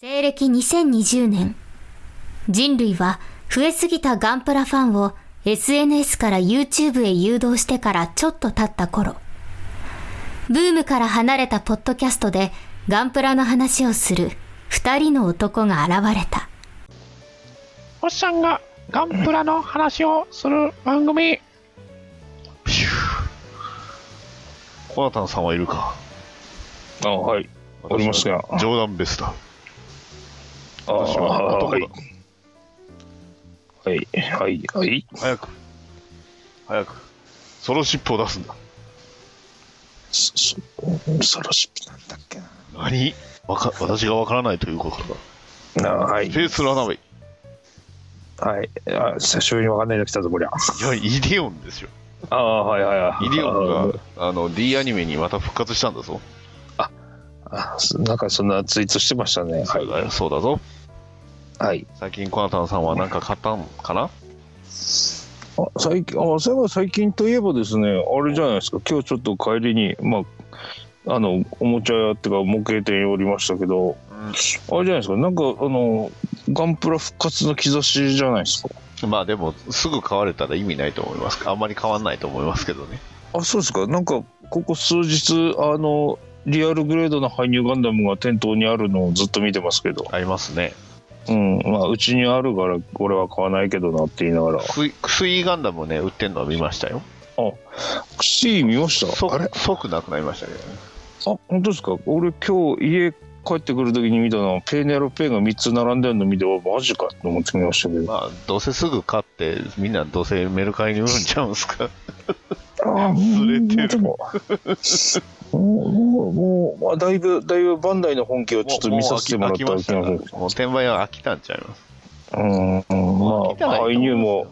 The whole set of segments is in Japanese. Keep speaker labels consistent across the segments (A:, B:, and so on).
A: 西暦2020年、人類は増えすぎたガンプラファンを SNS から YouTube へ誘導してからちょっと経った頃、ブームから離れたポッドキャストでガンプラの話をする二人の男が現れた。
B: おっさんがガンプラの話をする番組。
C: プシューコナタンさんはいるか
D: あはい。おりますが
C: 私は冗談ベスだ。
D: あ
C: 私は
D: は
C: 男だ
D: い。。はい。はい。はい。
C: 早く。早く。その尻尾を出すんだ。
D: そ、そ、恐ろし
C: 何わか私がわからないということだ。
D: い。なあ、はい
C: フ。ェイスラナウェイ。
D: はい。あ、久しぶりにわかんないの来たぞ、こりゃ。
C: いや、イデオンですよ。
D: ああ、はいはいはい。
C: イデオンがあの D アニメにまた復活したんだぞ。
D: あそなんかそんなツイートしてましたね。は
C: そうだよ、
D: い。
C: そうだぞ。
D: はい。
C: 最近コナタンさんは何か買ったんかな
D: あ、最近、あ、そういえば最近といえばですね、あれじゃないですか、今日ちょっと帰りに、まあ、あの、おもちゃ屋っていうか、模型店におりましたけど、あれじゃないですか、なんか、あの、ガンプラ復活の兆しじゃないですか。
C: まあでも、すぐ買われたら意味ないと思います。あんまり変わんないと思いますけどね。
D: あ、そうですか、なんか、ここ数日、あの、リアルグレードの搬入ガンダムが店頭にあるのをずっと見てますけど、
C: ありますね。
D: うん、まあ、うちにあるから、これは買わないけどなって言いながら、
C: 薬薬ガンダムね、売ってんのを見ましたよ。
D: クシー見ましたあれ
C: 即即なくなりましたけどね。
D: あ本当ですか俺今日家帰ってくる時に見たのはペーネロペーが3つ並んでるの見ておマジかと思って見ましたけど
C: まあ、どうせすぐ買って、みんなどうせメルカリに売るんちゃうんすか。
D: ああ
C: ずれてる
D: でももうもうもう、まあ、だいぶだいぶバンダイの本 気をちょっと見させてもらった気
C: も
D: が
C: う飽き
D: す
C: 飽
D: る
C: きましたからもう転売は飽きたんちゃいます。
D: うん、うん、
C: もう
D: ま
C: 飽きたら
D: あ
C: いい
D: 介
C: と思いますよ
D: 入も。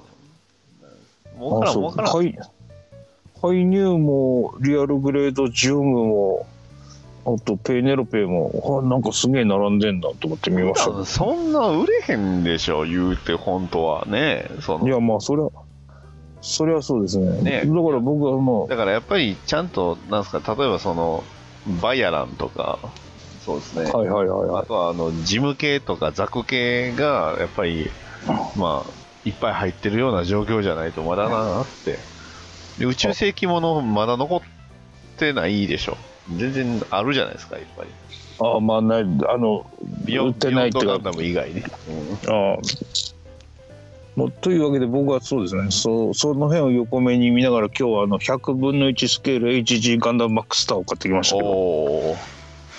C: 儲からん、儲からん。
D: 介介入もリアルグレードジウムもあとペーネロペーもあなんかすげえ並んでんだと思って見ましたけど
C: そんな売れへんでしょ、言うて、本当はね。そ
D: い
C: の
D: やまあそれはそれはそうですねだ
C: ね
D: から僕はも
C: だからやっぱり、ちゃんと、なんすか、例えばその、バイアランとか、そうですね。
D: うはいはいはいは
C: あとはあの事務系とか雑魚系がやっぱり、まあ、いっぱい入ってるような状況じゃないとまだなってで宇宙世紀ものまだ残ってないでしょ全然あるじゃないですかやっぱり
D: いあまあないあの
C: ビヨ
D: 売
C: ン
D: ってないって
C: ビ
D: い
C: ヨン
D: うか
C: ドガンダム以外ね、うん
D: ああもうというわけで僕はそうですねそうその辺を横目に見ながら今日はあの100分の1スケール HG ガンダムマックスターを買ってきましたけど
C: おー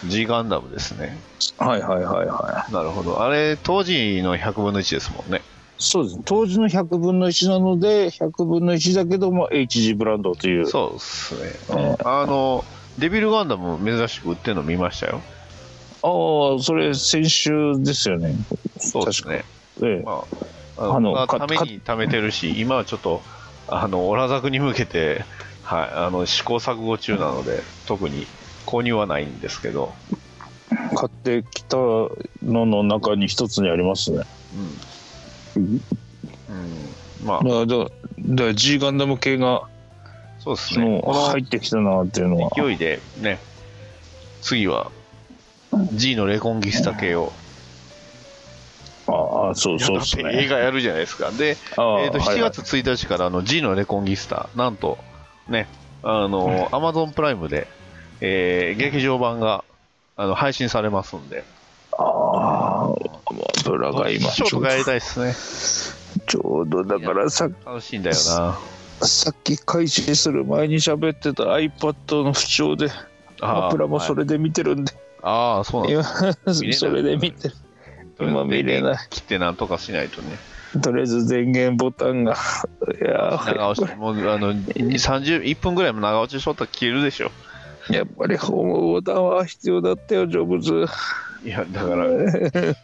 C: G ガンダムですね
D: はいはいはいはい
C: なるほどあれ当時の100分の1ですもんね
D: そうですね当時の100分の1なので100分の1だけども HG ブランドという
C: そうっすね、
D: うん
C: あのデビルガンダム珍しく売ってるの見ましたよ
D: ああそれ先週ですよね
C: そうですね
D: 確かええ
C: まあ、あ
D: あ
C: の
D: の
C: まあ
D: か
C: ために貯めてるし、今はちょっと、あの、オラザクに向けて、はい、あの、試行錯誤中なので、特に購入はないんですけど、
D: 買ってきたのの中に一つにありますね。
C: うん。うん、ま
D: だ
C: あ、
D: だだ G ガンダム系が
C: そうです
D: その
C: ね。こ
D: 入ってきたなっていうの
C: の
D: は。
C: 勢いで、ね、次は、G のレコンギスタ系を、
D: ああそうそうです
C: やだって映
D: ね。
C: 画やるじゃないですか。で、
D: ああ
C: えー、と
D: はい
C: 7
D: はい
C: 月1日からあの G のレコンギスタ、なんと、ね、あの、アマゾンプライムで、えー劇場版があの配信されますんで、
D: ああ油が今
C: ち
D: ちょ
C: ょっと
D: うど
C: やりたいですね。
D: ちょうどだからさ
C: 楽しいんだよな。
D: さっき開始する前に喋ってた iPad の不調で
C: ー
D: 油もそ
C: はい
D: れで見てるんで、
C: あー、そうなん
D: 今
C: 見れない
D: それで見てる。今見れない。
C: 切ってなんとかしないとね。
D: とりあえず電源ボタンがいやー
C: 長押し、もうあの、30、1分ぐらいも長押ししとったら消えるでしょ。
D: やっぱりホームボタンは必要だったよジョブズ。
C: いや、だから、長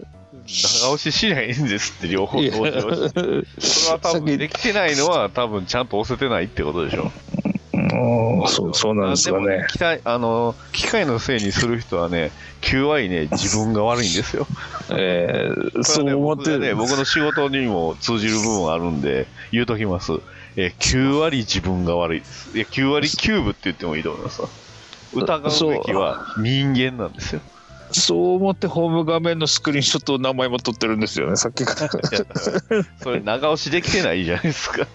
C: 押ししないんですって、両方
D: い
C: 同
D: や
C: 時押し。それは多
D: さっき
C: 分できてないのは多分ちゃんと押せてないってことでしょ。
D: うんそうそうなんですか
C: でも
D: ね。
C: 機械あの機械のせいにする人はね、9割ね、自分が悪いんですよ。
D: えー、
C: こ
D: そう
C: れはね
D: 思って
C: 僕,、ね、
D: る。
C: 僕の仕事にも通じる部分があるんで、言うときます。え9割自分が悪いです。いや、9割キューブって言ってもいいと思いますわ。疑うべきは人間なんですよ。
D: そう思ってホーム画面のスクリーンショットを名前も撮ってるんですよねさっきから
C: いやだからそれ長押しできてないじゃないです か。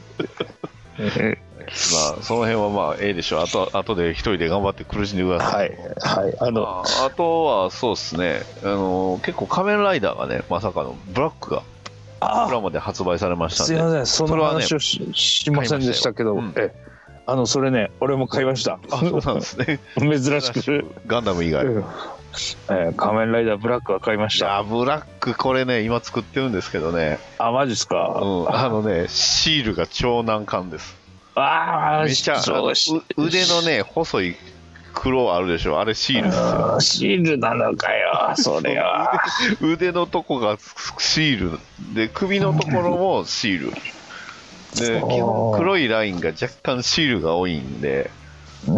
D: え
C: まあ、その辺はまあ、ええでしょう。あと、あとで一人で頑張って苦しんでくだ
D: ー
C: さい。
D: はいはいあの
C: ああとは、そうですね。あの、結構仮面ライダーがね、まさかのブラックが、
D: あ
C: プラモで発売されましたん
D: す
C: で。
D: いませんその
C: れはね
D: 話をし,、ませんでしたけど
C: 買いました
D: えあのそれね俺も買いました
C: あ、そうなんですね。
D: 珍しく、
C: ガンダム以外。い
D: うんえー仮面ライダーブラックは買いました
C: や、ブラックこれね、今作ってるんですけどね。
D: あマジっすか、
C: うん。あのね、シールが超難関です。
D: ああ
C: めっちゃ、あの
D: そうし
C: う腕のね、細い黒あるでしょ。あれシールですよ。
D: あーシールなのか よそれは
C: 腕のとこがシールで首のところもシールで
D: そう
C: 基本黒いラインが若干シールが多いんで
D: い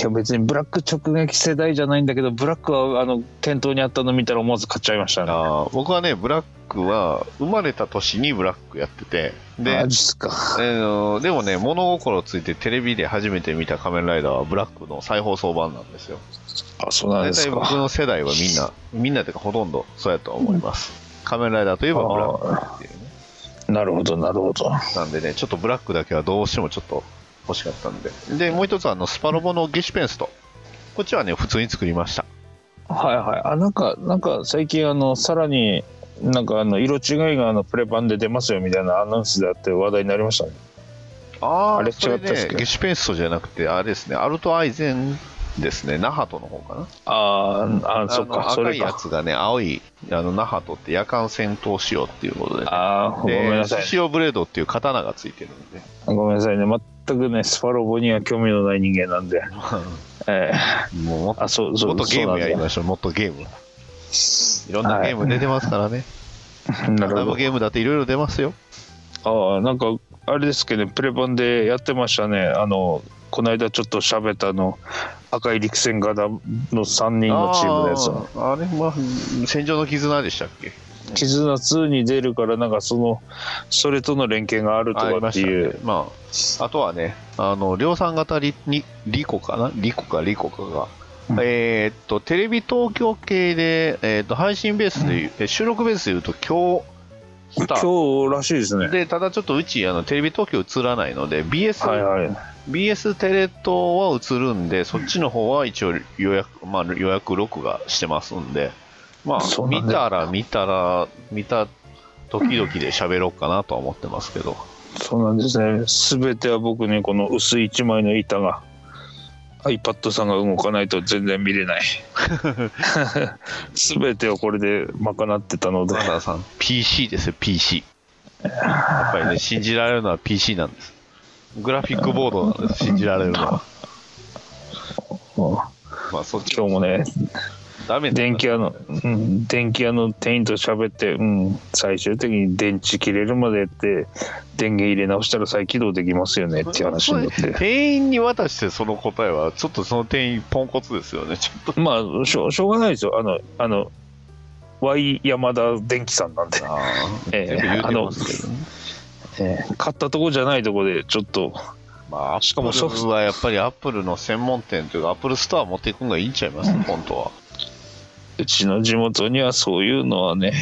D: や別にブラック直撃世代じゃないんだけどブラックはあの店頭にあったの見たら思わず買っちゃいましたね
C: あー僕はねブラックは生まれた年にブラックやっててで,、
D: マジっすか
C: あのでもね物心ついてテレビで初めて見た「仮面ライダー」はブラックの再放送版なんですよ
D: あそうなん
C: 大
D: です
C: 体僕
D: か
C: の世代はみんなみんなというかほとんどそうやと思います、仮面ライダーといえばブラックっていうね
D: なるほどなるほど
C: なんでね、ちょっとブラックだけはどうしてもちょっと欲しかったんで。で、もう一つあの、スパロボのゲシュペンスト。こっちはね、普通に作りました。
D: はいはいあなんかなんか最近あのさらになんかあの色違いがあのプレ版で出ますよみたいなアナウンスであって話題になりましたね
C: あ
D: あれ
C: それ
D: 違ったっすっけ
C: ね、ゲシュペンストじゃなくて、あれですね、アルトアイゼンですね、那覇との方かな。
D: あーあ
C: あ
D: そっか
C: の
D: そ
C: 赤
D: れ
C: いや
D: か
C: つがね、青い、あの、那覇とって夜間戦闘仕様っていうことで。
D: ああごめんなさい
C: シオブレードっていう刀がついてる んで。
D: ごめんなさいね全くねスパロボには興味のない人間なんで、ええ
C: もうもっと
D: あそうそう
C: もっとゲームやり
D: ま
C: ましょう、もっとゲーム。いろんなゲーム出てますからね。
D: すなる
C: ラ
D: ほ
C: ブゲームだっていろいろ出ますよ。
D: どああなんかあれですけどねプレ版でやってましたねあのこの間ちょっと喋ったあの赤い陸戦型の3人のチームのやつ
C: あーあれまあ戦場の絆でしたっけ
D: 絆2に出るからなんかそのそれとの連携があると
C: あり
D: か
C: ま
D: って
C: した
D: い
C: ね
D: う
C: まああとはねあの量産型リにリコかなリコかリコかが、えーっとテレビ東京系で、えーっと配信ベースでいう、え収録ベースでいうと今日スター
D: 今日らしいですね
C: でただちょっとうちあのテレビ東京映らないので BS、
D: はいはい
C: BS テレ東は映るんでそっちの方は一応予約、まあ、予約録画してますんでま
D: そ
C: あ
D: うなん
C: 見
D: だ
C: たら見たら見た時々で喋ろうかなとは思ってますけど
D: そうなんですね全ては僕ねこの薄い一枚の板が iPad さんが動かないと全然見れ ない全てをこれで賄ってたので
C: 桑田さん PC ですよ PC やっぱり ね信じられるのは PC なんですグラフィックボードなんです信じられるのは
D: もう
C: まあそっち
D: 今日もね
C: ダメだ
D: 電気屋の、うん、電気屋の店員と喋って、うん、最終的に電池切れるまでやって電源入れ直したら再起動できますよねっていう話になって
C: 店員に渡してその答えはちょっとその店員ポンコツですよねちょっと
D: まあしょうしょうがないですよあのあの Y 山田電機さんなんで
C: ああ
D: ええ
C: 全部言うてますけどね
D: 買ったとこじゃないとこでちょっと
C: まあ、
D: しかもソフト
C: はやっぱりアップルの専門店というか、アップルストア持っていくのがいいんちゃいます、本当は。
D: うちの地元にはそういうのはね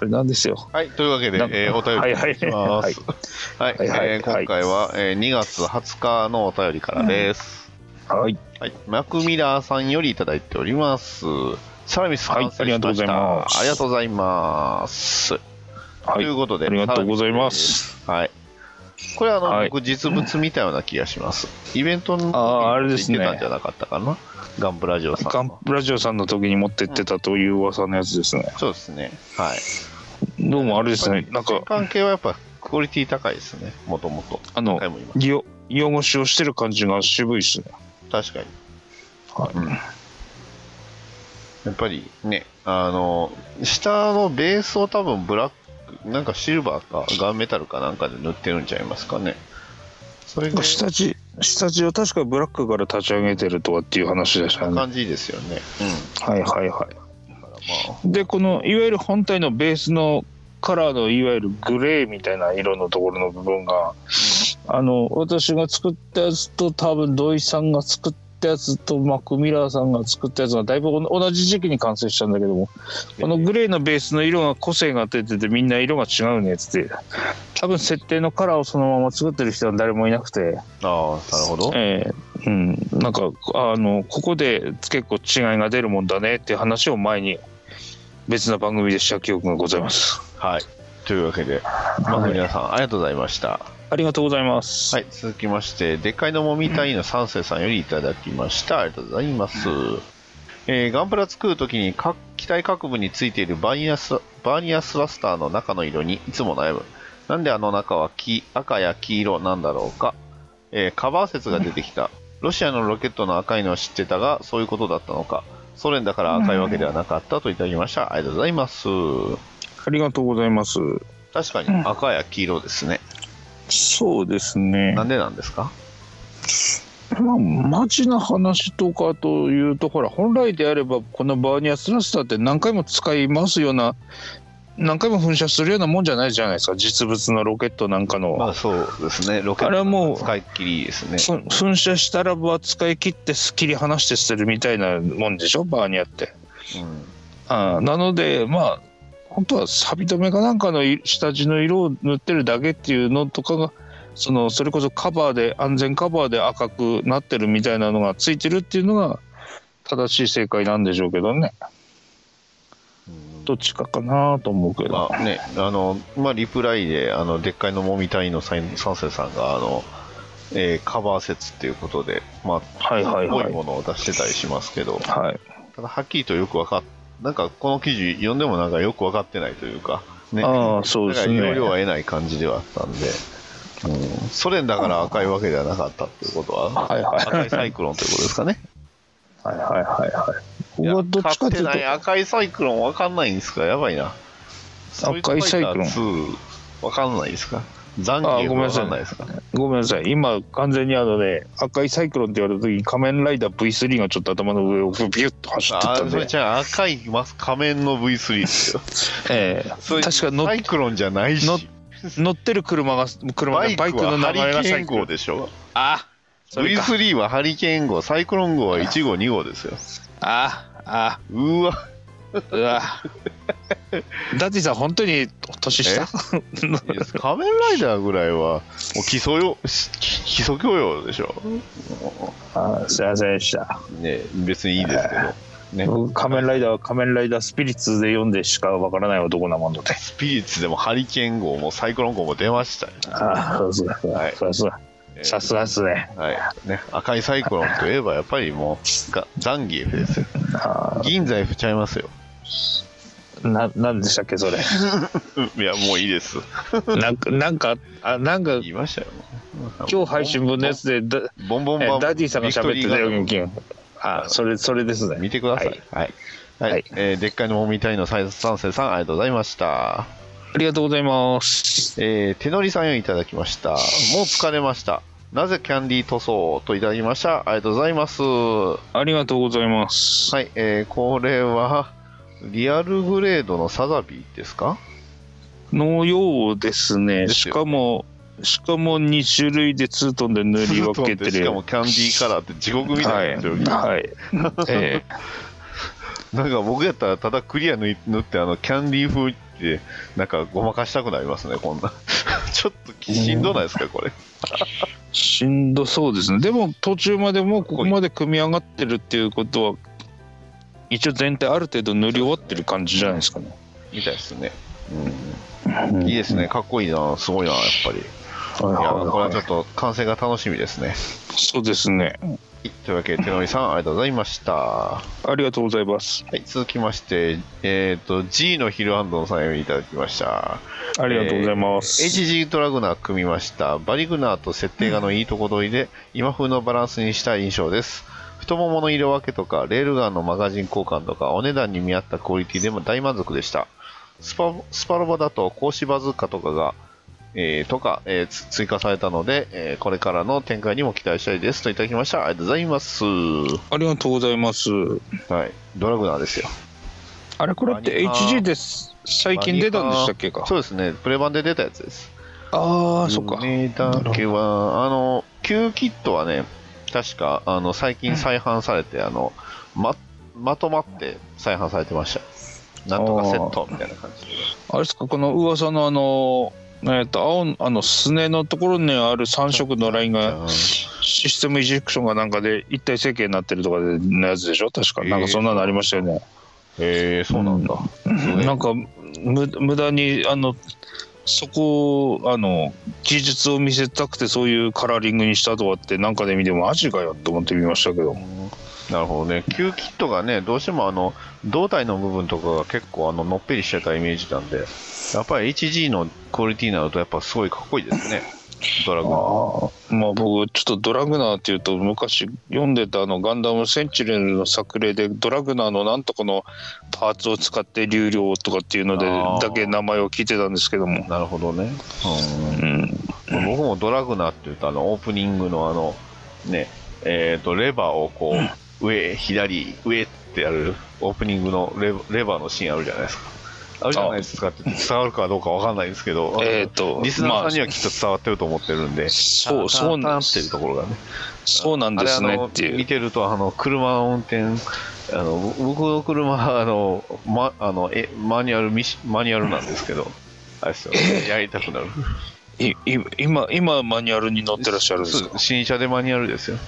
D: あれなんですよ
C: はい、というわけで
D: なん、か
C: えーお便りいただきます。はい、
D: はいはい
C: えー今回は、えー2月20日のお便りからです。
D: はい
C: はい、マクミラーさんよりいただいております。サラミス
D: はい
C: 完成しました、あ
D: あ
C: り
D: り
C: が
D: が
C: とうございます。
D: は
C: と
D: い
C: いう
D: あ
C: ことで、
D: りがとうございます
C: はい。これはあの、
D: はい
C: 僕実物見たような気がします。イベントの時に
D: あーあれですね
C: 言ってたんじゃなかったかな。ガンプラジオさんの。
D: ガンプラジオさんの時に持ってってたという噂のやつですね
C: そうですね。はい。
D: どうもあれですねなんか
C: 関係はやっぱクオリティ高いですね、もともと。
D: あの
C: 回も言いま
D: よ汚しをしてる感じが渋いっすね
C: す。確かに。
D: はい
C: やっぱりね、あの、下のベースを多分ブラック、なんかシルバーか、ガンメタルかなんかで塗ってるんちゃいますかね。それ
D: なん
C: が
D: か下地下地を確かブラックから立ち上げてるとかっていう話でしたよね
C: 感じですよね。
D: はいはいはい
C: うん。だからまあ、
D: でこのいわゆる本体のベースのカラーのいわゆるグレーみたいな色のところの部分が、あの私が作ったやつと多分土井さんが作っったやつとマック・ミラーさんが作ったやつがだいぶお同じ時期に完成したんだけどもこのグレーのベースの色が個性が出ててみんな色が違うねっつって多分設定のカラーをそのまま作ってる人は誰もいなくて、
C: ああ、なるほど。
D: えーうん、なんかあのここで結構違いが出るもんだねっていう話を前に別の番組でした記憶がございます。
C: はい。というわけで、マグニアさん、ありがとうございました。
D: ありがとうございます。
C: はい、続きまして、でっかいのもみたいの三世さんよりいただきました。ありがとうございます。えーガンプラ作るときに各機体各部についているバーニアスバーニアスラスターの中の色にいつも悩む。なんであの中は黄赤や黄色なんだろうか、えーカバー説が出てきた。ロシアのロケットの赤いのは知ってたが、そういうことだったのか。ソ連だから赤いわけではなかったといただきました。ありがとうございます。
D: ありがとうございます。
C: 確かに赤や黄色ですね。
D: そうですね。
C: なんでなんですか
D: まあ、マジな話とかというとほら本来であればこのバーニアスラスターって何回も使いますような何回も噴射するようなもんじゃないじゃないですか実物のロケットなんかの、
C: まあそうですね。ロケ
D: あれは
C: ット
D: も
C: の
D: う
C: 使いっきりですね。
D: ふ噴射したらば使い切ってすっきり離して捨てるみたいなもんでしょバーニアって
C: うん
D: あーなのでまあ本当は錆止めかなんかのい下地の色を塗ってるだけっていうのとかがそのそれこそカバーで安全カバーで赤くなってるみたいなのがついてるっていうのが正しい正解なんでしょうけどねどっちかかなと思うけど、
C: まあね、あの、まあ、リプライで、あの、でっかいのもみたいの三三世さんが、あの、えーカバー説っていうことで、まあ、
D: はいはいはい
C: ぽいものを出してたりしますけど、
D: はい
C: ただ、はっきりとよくわかっ、なんか、この記事読んでもなんかよくわかってないというか、ね、
D: ああそう
C: だ
D: で
C: から、
D: すね
C: 要領は得ない感じではあったんで、うん、ソ連だから赤いわけではなかったっていうことは、
D: はいはい
C: 赤いサイクロンということですかね。
D: はいはいはいはい僕はどっちか
C: 買っ
D: ってい
C: て
D: うと
C: ない赤いサイクロンわかんないんですかやばいな。
D: 赤いサイクロン
C: ストリートファイター2わかんないですか残
D: あ
C: 機
D: ご
C: わ
D: めんなさい
C: かんないですか
D: ごめんなさい今完全にあのね赤いサイクロンって言われた時に仮面ライダー V3 がちょっと頭の上をビュッと走ってった
C: あ
D: ん
C: そ
D: で
C: れじゃあ赤いマス仮面の V3 ですよ。
D: ええ
C: それ
D: 確か乗っ
C: サイクロンじゃない
D: 乗っ
C: し。
D: 乗ってる車が車
C: バ
D: で
C: イ
D: バイ
C: ク
D: クの
C: はハ
D: 名
C: リ
D: 前が
C: ケー
D: 最
C: ン号
D: 高
C: でしょ。
D: あそれか
C: V3 はハリケーン号、サイクロン号は1号、2号ですよ。
D: ああ
C: うわ、
D: うわ ダディさん本当に年下
C: いや仮面ライダーぐらいは、もう基礎よ基礎教養でしょ。
D: あすいませんでした
C: ね、別にいいですけど。ね、
D: 僕仮面ライダーは仮面ライダースピリッツで読んでしかわからない男なもので
C: スピリッツでもハリケーン号もサイクロン号も出ましたよ
D: ああそうそうそう
C: はい
D: そうそうさすがですね
C: はいね、赤いサイクロンといえばやっぱりもうがザンギエフですよ
D: あ
C: 銀財布ちゃいますよ
D: あななんでしたっけ それ
C: うんいやもういいです
D: なんかなんかあなんか
C: 言いましたよ
D: 今日配信分のやつでだ
C: ボンボン
D: え
C: ボン
D: ダディさんが喋ってたよ
C: ビクトリーガン
D: 金あそれそれですね
C: 見てくださいはい、はい
D: はい
C: えーでっかいのもみたいのサイ三世さんありがとうございました
D: ありがとうございます。
C: えー手乗りさんよりいただきました。もう疲れました。なぜキャンディー塗装といただきました。ありがとうございます。は
D: ありがとうございます。
C: い、えーこれは、リアルグレードのサザビーですか
D: のようですね。
C: です
D: し
C: よ
D: かも、しかも2種類でツートンで塗り分けてる。
C: しかもキャンディーカラーって地獄み
D: は
C: た
D: い。
C: いな状況、
D: はい。え
C: なんか僕やったらただクリア塗い塗ってあのキャンディー風ってなんかごまかしたくなりますねこんな ちょっときしんどないですかこ
D: え
C: れ
D: しんどそうですね。でも、途中までもうここまで組み上がってるっていうことは、一応全体ある程度塗り終わってる感じじゃないですかね。
C: みたいですね、うん、いいですねかっこいいなすごいなやっぱりい
D: はい
C: やこれは
D: はい
C: ちょ
D: はい
C: っと完成が楽しみですね
D: そうですね。
C: はいというわけで手乗りさんありがとうございました、は
D: ありがとうございます。
C: い、続きましてえっ、と G のヒルアンドンさんよりいただきました
D: ありがとうございます。
C: えー HG ドラグナー組みましたバリグナーと設定画のいいとこ取りで、今風のバランスにした印象です太ももの色分けとかレールガンのマガジン交換とかお値段に見合ったクオリティでも大満足でしたスパスパロボだと格子バズーカとかが、えーとか、えーつ追加されたので、えーこれからの展開にも期待したいですといただきましたありがとうございますは
D: ありがとうございます。
C: いドラグナーですよ
D: あれこれって
C: マニカー
D: HG です。最近出たんでしたっけか。
C: そうですねプレ版で出たやつです
D: ああ、そっか。
C: 梅だけは、あの、旧キットはね、確か、あの、最近再販されて、あの、ま、まとまって再販されてました。なんとかセットみたいな感じで。
D: あれですかこの噂のあのえっと青あのすねのところにある3色のラインが
C: うん
D: システムイジェクションがなんかで一体成形になってるとかでのやつでしょ確か
C: えー
D: なんかそんなのありましたよね、
C: へえ、そうなんだ。うん
D: なんかむ無駄にあのそこをあの技術を見せたくてそういうカラーリングにしたとかってなんかで見てもマジかよって思って見ましたけど
C: なるほどね。旧キットがね、どうしてもあの、胴体の部分とかが結構あの、のっぺりしてたイメージなんで、やっぱり HG のクオリティになるとやっぱすごいかっこいいですね。ドラゴ
D: ああ
C: ン。
D: まあ僕ちょっとドラグナーっていうと昔読んでたあのガンダムセンチネルの作例でドラグナーのなんとかのパーツを使って流量とかっていうので
C: あー
D: だけ名前を聞いてたんですけども、
C: なるほどね。
D: うん、
C: うん僕もドラグナーっていうと、あの、オープニングのあの、ね、えっ、と、レバーをこう、上、左、上ってやる、オープニングのレバレバーのシーンあるじゃないですか。あるじゃないですかって伝わるかどうかわかんないんですけど、
D: えーと
C: リスナーさんにはきっと伝わってると思ってるんで、
D: そうそう
C: な
D: なん
C: んっていうところがね。
D: そうなんです
C: あ
D: ね
C: れあの
D: ってい
C: 見
D: う
C: てるとあの車を運転あの僕の車はあの、ま、あのえマニュアルミシマニュアルなんですけど、あれで すよやりたくなる
D: いい今今マニュアルに載ってらっしゃるんです
C: そう
D: か
C: 新車でマニュアルですよ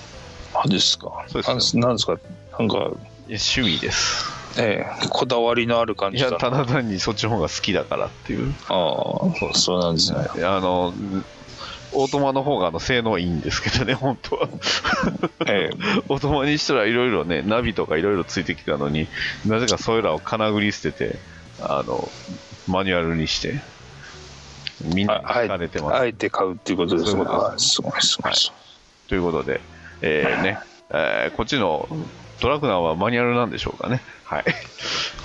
D: あですか
C: そうです
D: あなんですかなんか、
C: いや趣味です
D: ええこだわりのある感
C: い
D: じだ
C: や
D: な
C: ただ単にそっちの方が好きだからっていう
D: ああそうそうなんですね
C: あのオートマの方があの性能いいんですけどね 本当は
D: ええ
C: オートマにしたらいろいろねナビとかいろいろついてきたのになぜかそれらをかなぐり捨ててあのマニュアルにしてみんなに
D: あ
C: 聞
D: あ
C: か
D: え
C: れて
D: て
C: ます、
D: あえて買うっていうことです
C: そういうこと
D: あすごいすごいすごい
C: ということで、えーねえーこっちのドラクナーはマニュアルなんでしょうかねはい、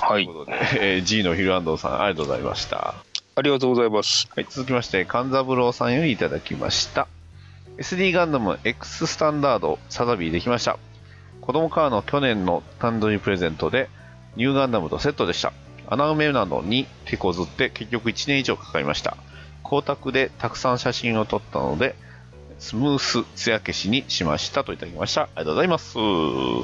D: は
C: とい。
D: いう
C: ことで、えー G のヒルアンドさんありがとうございました
D: ありがとうございます。
C: はい、続きまして、勘三郎さんよりいただきました。SD ガンダム X スタンダード、サザビーできました。子供からの去年の誕生日プレゼントで、ニューガンダムとセットでした。穴埋めなどに手こずって結局1年以上かかりました。光沢でたくさん写真を撮ったので、スムース艶消しにしましたといただきました。ありがとうございます。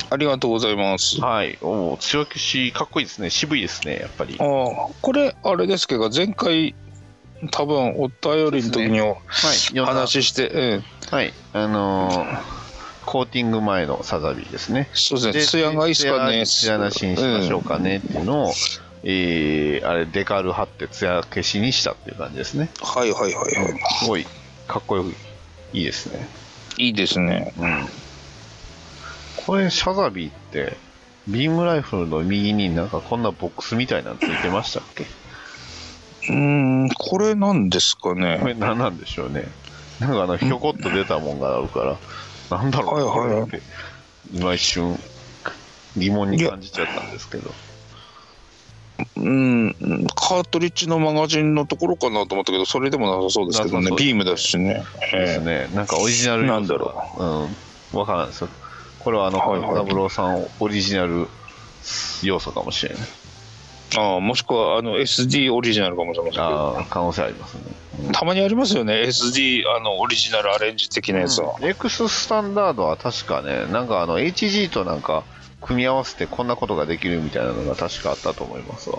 D: ありがとうございます。あ
C: はい、おお、艶消しかっこいいですね。渋いですね、やっぱり。はい、
D: あ、これあれですけど、前回多分お便りの時にお
C: よんな
D: 話しして、ええ
C: はい、あのーコーティング前のサザビーですね。
D: そうですね。ツヤがいいっすかね。
C: ツヤなしにしましょうかねっていうのを、えーあれ、デカール貼ってツヤ消しにしたっていう感じですね。
D: うんはいはいはいは
C: すごい、かっこよく、いいですね。
D: い。いいですね。
C: これ、サザビーって、ビームライフルの右になんかこんなボックスみたいなのついてましたっ け
D: うーん、これなんですか
C: こ
D: ね。
C: れ何なんでしょうね。なんかあの、ひょこっと出たもんがあるから、なんだろう
D: はいはいはい
C: これって、今一瞬、疑問に感じちゃったんですけど。
D: うん、カートリッジのマガジンのところかなと思ったけど、それでもなさそうですけど
C: な
D: ね
C: さそ。うです
D: ビ
C: ね
D: ームだしね。
C: です
D: ええ
C: ね、なんかオリジナル
D: なんだろ
C: う、うん、わからんですよこれはあの
D: はいはい
C: 勘三郎さんオリジナル要素かもしれない
D: ああ、もしくはあの SD オリジナルかもしれませんけど。
C: あー可能性ありますね、
D: たまにありますよね SD あのオリジナルアレンジ的なやつは、
C: X スタンダードは確かねなんかあの HG となんか組み合わせてこんなことができるみたいなのが確かあったと思いますわ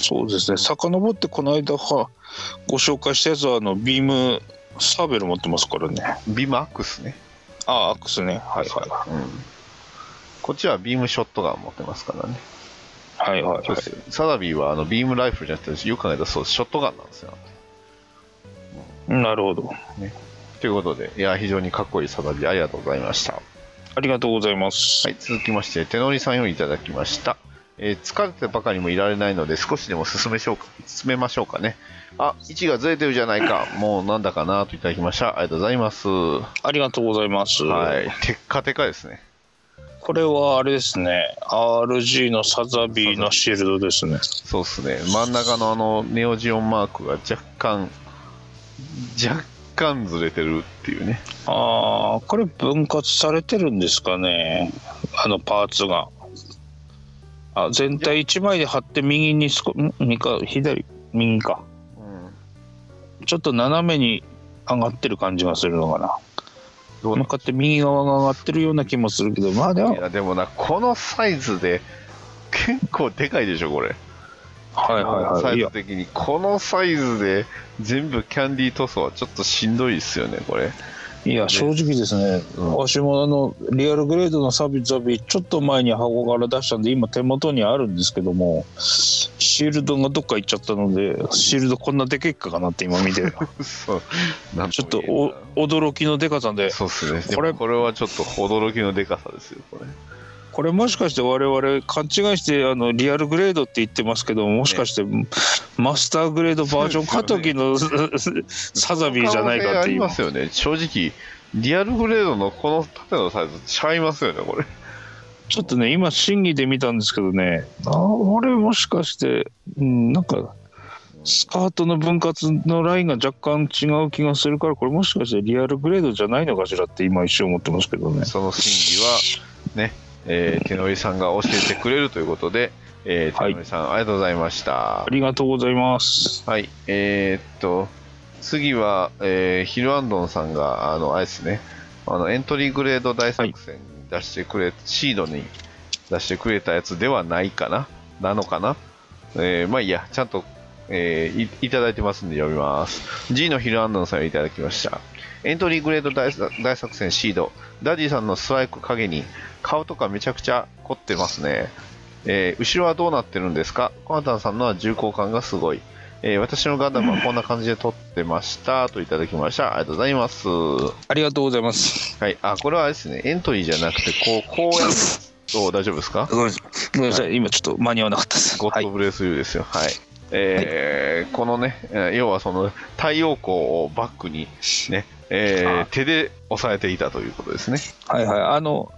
D: そうですね遡ってこの間はご紹介したやつはあのビームサーベル持ってますからね
C: ビームアックスね、
D: ああアックスねはいは
C: うん、こっちはビームショットガン持ってますからね
D: いはいはい
C: そ
D: は
C: うですよサダビーはあのビームライフルじゃなくてよく考えたらそうショットガンなんですよ
D: いなるほど
C: ということでいや非常にかっこいいサダビーありがとうございました
D: ありがとうございます、
C: はい、続きまして、手乗りさんよりいただきました。えー疲れてばかりもいられないので、少しでも進めしょうか進めましょうかね。あ、位置がずれてるじゃないか。もうなんだかなといただきました。ありがとうございます。は
D: ありがとうございます、
C: い、テッカテカですね。
D: これはあれですね RG のサザビーのシールドですね
C: そうですね。真ん中のあの、ネオジオンマークが若干、若干ずれてるっていうね。
D: ああこれ分割されてるんですかねあのパーツがあ全体1枚で貼って右にすこん右か左右か
C: うん
D: ちょっと斜めに上がってる感じがするのかな
C: どうな
D: 向
C: ん
D: かって右側が上がってるような気もするけどまあで
C: い
D: も
C: やでもなこのサイズで結構でかいでしょこれ
D: はいはい
C: サ
D: はいい
C: イズ
D: や
C: 的にこのサイズで全部キャンディー塗装はちょっとしんどいですよねこれ
D: いや正直ですね、
C: うん
D: 私もあのリアルグレードのサビザビちょっと前に箱から出したんで今手元にあるんですけどもシールドがどっか行っちゃったのでシールドこんなでけっか かなって今見て
C: そうなん
D: ちょっ
C: と
D: と
C: も言えんな
D: お驚きのでかさで
C: そうですねこ
D: これ
C: れこれはちょっと驚きのでかさですよこれ
D: これもしかして我々勘違いしてあのリアルグレードって言ってますけどもしかしてマスターグレードバージョンカトキのサザビーじゃないかって今
C: 可能性ありますよね正直リアルグレードのこの縦のサイズちゃいますよねこれ
D: ちょっとね今審議で見たんですけどねああれもしかして、うん、なんかスカートの分割のラインが若干違う気がするからこれもしかしてリアルグレードじゃないのかしらって今一瞬思ってますけどね
C: その真偽は ね、えー手乗りさんが教えてくれるということで、えー
D: はい
C: 手乗りさん、ありがとうございました
D: ありがとうございます
C: はい、えーっと、次は、えーヒルアンドンさんが、あの、あれですね、あの、エントリーグレード大作戦に出してくれ、シードに出してくれたやつではないかな、なのかな。えーまあいいや、ちゃんと、えーいいただいてますんで読みます。G のヒルアンドンさんをいただきました。エントリーグレード大作大作戦シード、ダディさんのスワイク影に顔とかめちゃくちゃ凝ってますね。えー後ろはどうなってるんですかコナタンさんのは重厚感がすごい。えー私のガンダムはこんな感じで撮ってましたといただきました。ありがとうございます。は
D: ありがとうございます
C: い。あ、これはあれですね。エントリーじゃなくて、こう、公演。お大丈夫ですか
D: ごめんなさいごめんなさい今ちょっと間に合わなかったです
C: ゴ
D: は
C: ッド
D: い
C: ブレスユーですよ。はい。えーこのね、えー要はその太陽光をバックにね、えー
D: あ
C: 手で押さえていたということですね。
D: はいはいあの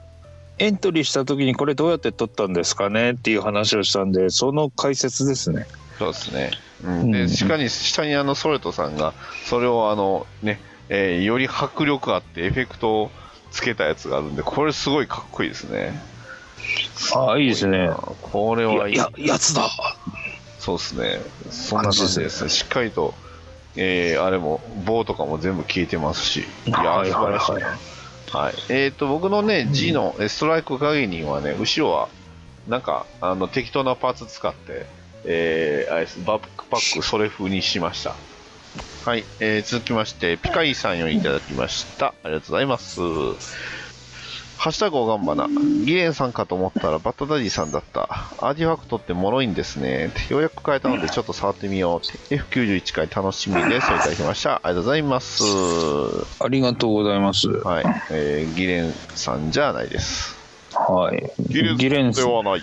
D: エントリーした時にこれどうやって撮ったんですかねっていう話をしたんでその解説ですね
C: そうですね。うん、
D: う
C: で、
D: ん
C: しかに下にあのソレトさんが、それをあのね、えーより迫力あってエフェクトをつけたやつがあるんで、これすごいかっこいいですね。
D: ああいいですね
C: あこれ
D: いや
C: はい
D: い
C: い。
D: ややつだ
C: そうですね。そんな感じですね。しっかりと、えーあれも、棒とかも全部消えてますし。いや
D: は、い
C: 素
D: はい
C: 晴
D: はい
C: らしいな。はい。えっ、と、僕のね、G のえーストライク影にはね、後ろは、なんか、あの、適当なパーツ使って、えーあれですバックパックそれ風にしました。はい、えー続きまして、ピカイさんよりいただきました。ありがとうございます。ハッシュタグおがんばな。ギレンさんかと思ったらバッタダディさんだった。アーティファクトって脆いんですね。ようやく変えたのでちょっと触ってみよう。F91 回楽しみです。いただきました。ありがとうございます。
D: ありがとうございます。は
C: はい。えー、ギレンさんじゃないです。
D: い。ギレンス。
C: はない。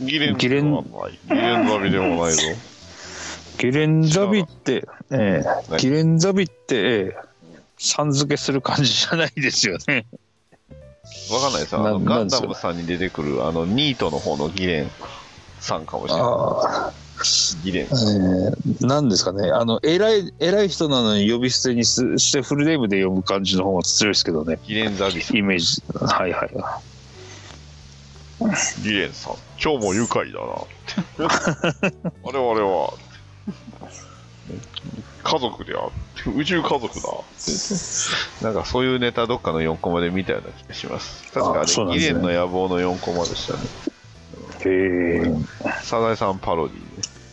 C: ギレ
D: ンギレンでは
C: ない。ギレンザビではないぞ。
D: ギレンザビって、え
C: は
D: え
C: い
D: ギレンザビって、ええさん付けする感じじゃないですよね。
C: わかんないです。あ
D: な
C: の、
D: な
C: ガン
D: んです
C: ダ
D: よ
C: ムさんに出てくる、あの、ニートの方のギレンさんかもしれない。
D: ああ、
C: ギレン
D: え。えなんですかね。あの、偉い、偉い人なのに呼び捨てにすしてフルネームで読む感じの方が強いですけどね。
C: ギレンザビさん。
D: イメージ。はいはい。
C: ギレンさん。今日も愉快 だな。我々は、家族である。宇宙家族だ。なんかそういうネタどっかの4コマで見たような気がします。確か
D: あそう
C: あ
D: なん
C: れ、
D: で
C: ギ
D: す
C: レ
D: ね
C: ンの野望の4コマでしたね。
D: へ
C: サザエさんパロディね。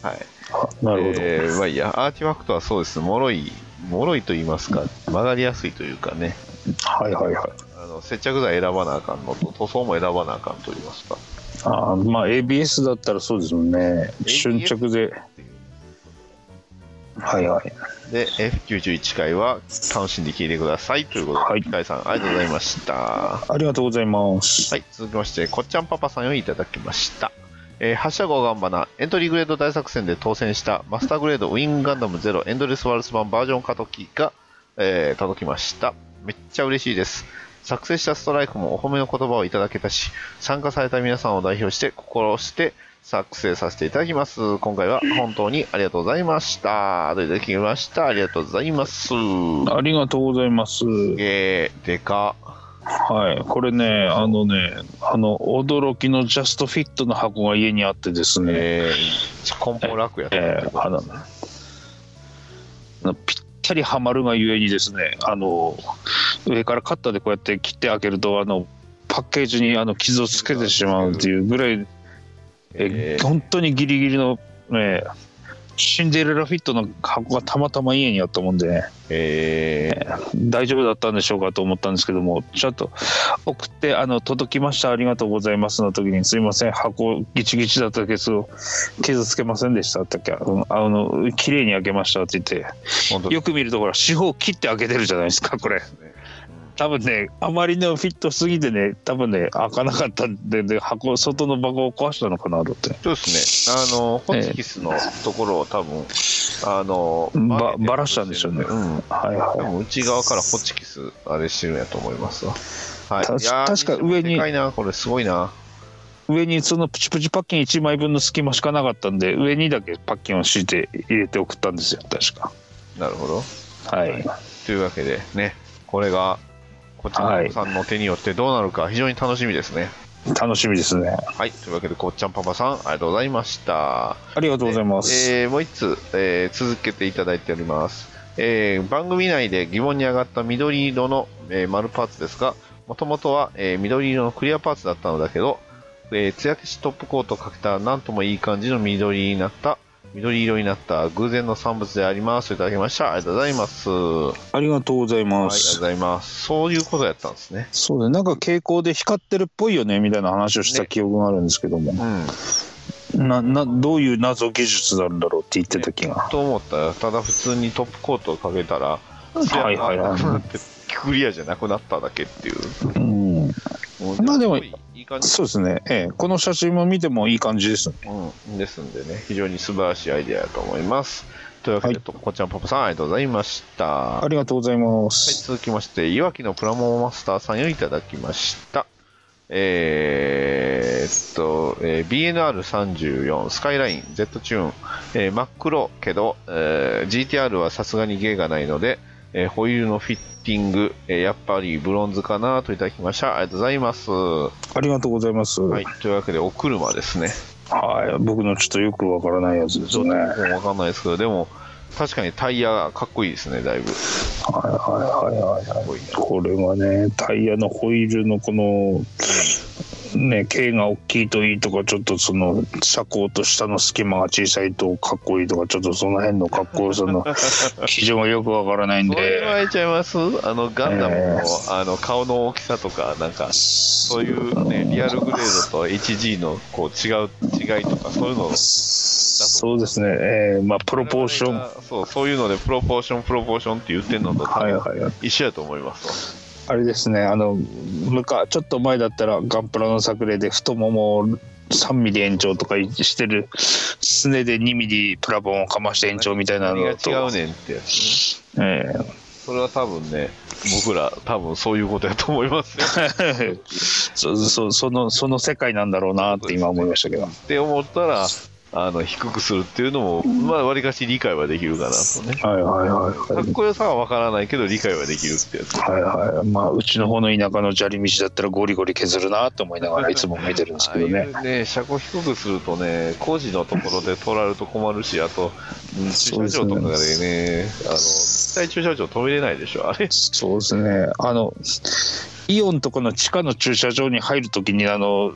C: はい。
D: え。なるほど。
C: えーまあいいや、アーティファクトはそうです。脆い、脆いと言いますか、曲がりやすいというかね。
D: はいはいはい。
C: あの接着剤選ばなあかんのと塗装も選ばなあかんと言いますか
D: ああ、まあ ABS だったらそうですもんね。瞬着で。はいはい。
C: で F91 回は楽しんで聞いてくださいということで、
D: はい
C: 機械さんありがとうございましたは
D: ありがとうございます。
C: い続きましてこっちゃんパパさんをいただきましたえー、発射号ガンバナエントリーグレード大作戦で当選したマスターグレードウィングガンダムゼロエンドレスワルス版バージョンカトキが、えー届きましためっちゃ嬉しいです作成したストライクもお褒めの言葉をいただけたし参加された皆さんを代表して心して作成させていただきます今回は本当にありがとうございましたといただきましたありがとうございます
D: ありがとうございます。
C: えー、でか
D: はい、これね、あのね、あの驚きのジャストフィットの箱が家にあってですね、
C: えー、梱包楽やった
D: えーあのあのぴったりはまるがゆえにですね、あの上からカッターでこうやって切って開けるとあのパッケージにあの傷をつけてしまうっていうぐらい、え
C: えー
D: 本当にギリギリの、ね、シンデレラフィットの箱がたまたま家にあったもんで、ね、
C: え
D: 大丈夫だったんでしょうかと思ったんですけどもちょっと送ってあの「届きましたありがとうございます」の時に「すいません箱ギチギチだったけど傷つけませんでした」って言ったっけうんあの綺麗に開けました」って言って
C: ー、本当
D: よく見るとほら四方切って開けてるじゃないですかこれ
C: ね
D: 多分ねあまりのフィットすぎてね多分ね開かなかったんでで箱外の箱を壊したのかなと思って
C: そうですね、あのホチキスのところを多分、あの
D: ばばらしたんでしょうね
C: うん、
D: はい
C: 多
D: は
C: 分内側からホチキス、あれしてるんやと思いますわ。はい、
D: た
C: いやー
D: 確か上に
C: でかいな、これ、すごいな。
D: い上にそのプチプチパッキン1枚分の隙間しかなかったんで上にだけパッキンを敷いて入れて送ったんですよ確か
C: なるほど。
D: はい
C: というわけで、ね、これが、こちゃんパパさんの手によってどうなるか、非常に楽しみですね。
D: 楽しみですね
C: はい、というわけで、こっちゃんパパさん、ありがとうございました。
D: ありがとうございます、
C: えーもう一つ、えー続けていただいております、えー番組内で疑問に上がった緑色の、えー丸パーツですがもともとは、えー緑色のクリアパーツだったのだけど、えー、艶消しトップコートをかけたなんともいい感じの緑になった緑色になった偶然の産物でありますといただきましたありがとうございますはい
D: ありがとうござい
C: あり
D: ま
C: がとう
D: す、
C: ございますそういうことやったんですね
D: そうだなんか蛍光で光ってるっぽいよねみたいな話をした
C: ね
D: 記憶があるんですけども、
C: うん
D: ななどういう謎技術なんだろうって言ってた気が、
C: と思ったらただ普通にトップコートをかけたら
D: はいはいはい
C: 艶がなくなってクリアじゃなくなっただけっていう
D: うん、まあでも
C: いい感じ、
D: そうですね、ええ、この写真も見てもいい感じですね。
C: うん、ですんでね非常に素晴らしいアイデアだと思いますというわけで、
D: はい
C: とこちゃんパパさんありがとうございました、
D: ありがとうございます。
C: はい、続きまして、いわきのプラモマスターさんよりいただきました。えーっと、えー BNR34 スカイライン Z チューン、えー真っ黒けど、えー GTR はさすがに芸がないので、えーホイールのフィッティング、えーやっぱりブロンズかなといただきました。ありがとうございます。は
D: ありがとうございます。はいい、、
C: というわけで、お車ですね。
D: 僕のちょっとよくわからないやつですよね。はい
C: もうわかんないですけど、でも、確かにタイヤがかっこいいですね、だいぶ。す
D: はいはいはいはい。
C: ごいね
D: これはね、タイヤのホイールのこの、ね、径が大きいといいとか、ちょっとその、車高と下の隙間が小さいとかっこいいとか、ちょっとその辺のかっこよさ の基準がよくわからないん
C: それ言わ
D: で。
C: れちゃいますあのガンダムの,、
D: えー
C: あの顔の大きさとかなんか
D: そ
C: そういうねリアルグレードと HG のこう違う違いとかそういうのを
D: そうですね、えーまあ、プロポーション、は
C: そうそういうのでプロポーションプロポーションって言ってんのと
D: いはい、
C: 一緒やと思います
D: あれですね、あの、むかちょっと前だったら、ガンプラの作例で太ももを3ミリ延長とかしてる、すねで2ミリプラボンをかまして延長みたいな
C: 何が
D: のと、
C: 違うねんってやつね
D: え
C: それは多分ね僕ら多分そういうことやと思いますよ
D: えそそその、その世界なんだろうなって今思いましたけど、
C: って思ったらあの低くするっていうのもまあわりかし理解はできるかなとね
D: はいはいはい
C: か
D: は
C: っ
D: い。
C: こよさはわからないけど理解はできるってやつ
D: はいはいまあ、うちの方の田舎の砂利道だったらゴリゴリ削るなと思いながらいつも見てるんですけど
C: あ
D: ね
C: あいうね、車庫低くするとね、工事のところで取られると困るし、あと、うん駐
D: そう
C: 車
D: です
C: 場
D: ね
C: とかでね、あの、立体駐車場止めれないでしょ、あれ。
D: そうですね。あの、イオンとかの地下の駐車場に入るときに、あの、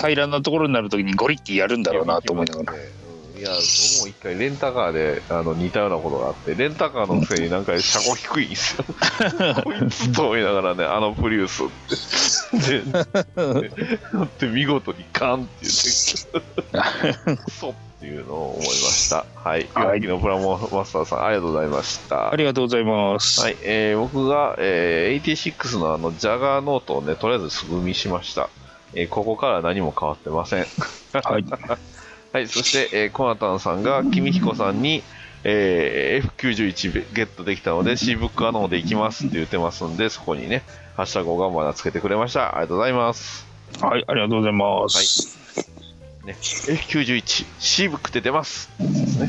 D: 平らなところになるときにゴリってやるんだろうなと思いながら。
C: うんいや、僕も一回レンタカーであの似たようなことがあって、レンタカーのくせになんか車庫低いんで すよ。こいつと思いながらね、あのプリウスって。で、で乗って見事にカンって言って、クソっていうのを思いました。はい。
D: はい
C: 岩木のプラモマスターさん、ありがとうございました。
D: ありがとうございます。
C: はい、えー僕が、えー86のあのジャガーノートをね、とりあえず素組みしました。えーここから何も変わってません。
D: はい。
C: はい、そして、えーコナタンさんが、君彦さんに、えー F91 ゲットできたので、C ブックアノーで行きますって言ってますんで、そこにね、ハッシュタグをガンバナつけてくれました。ありがとうございます。
D: はい、ありがとうございます。
C: ね、F91、C ブックで出ます。ですね。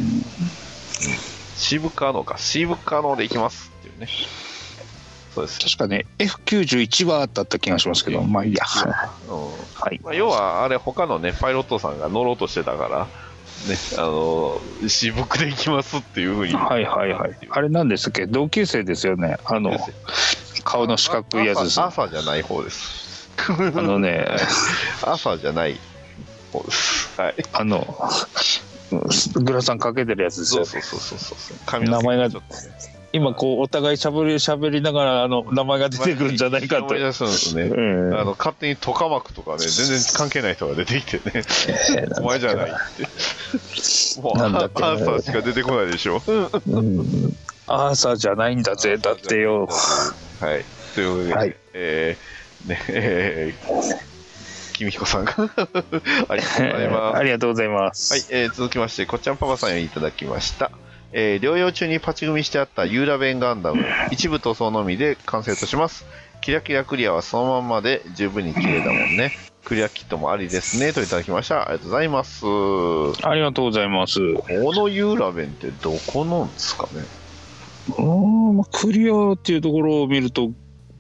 C: C ブックアノーか、C ブックアノーで行きますっていうね。そうです。
D: 確かね、F91 はだった気がしますけど、まあいいや。
C: うん
D: はい。
C: まあ、要はあれ他のねパイロットさんが乗ろうとしてたからねあの渋くで行きますっていうふうに
D: はいはいはい。あれなんですっけ同級生ですよね。あの、顔の四角いやつです。
C: あ
D: あ
C: 朝じゃない方です。
D: のね、
C: 朝じゃない方です。はい。
D: あの、グラサンかけてるやつです
C: そ
D: よ
C: う。そうそうそうそう。髪の毛
D: 名前が
C: ちょっと
D: 今、こう、お互いしゃべり、しゃべりながら、あの、名前が出てくるんじゃないか
C: 思
D: と
C: い。出したんですね。
D: うん
C: あの勝手にトカマクとかね、全然関係ない人が出てきてね、お前じゃないって。もう
D: な
C: ア
D: ん
C: ン
D: だ
C: サ
D: っけな
C: ーしか出てこないでしょ。
D: うんアーサーじゃないんだぜ、だってよ。
C: はい。ということで、
D: はい
C: えー、ね、えー、君彦さんがありがとうございます。
D: ありがとうございます。
C: はい、えー続きまして、こっちゃんパパさんよりいただきました。えー療養中にパチ組みしてあったユーラベンガン ダム、一部塗装のみで完成とします。キラキラクリアはそのまんまで十分に綺麗だもんね。クリアキットもありですね。といただきました。ありがとうございます。こ
D: ありがとうございます。う
C: のユーラベンってどこのんですかね
D: ん、まあクリアっていうところを見ると、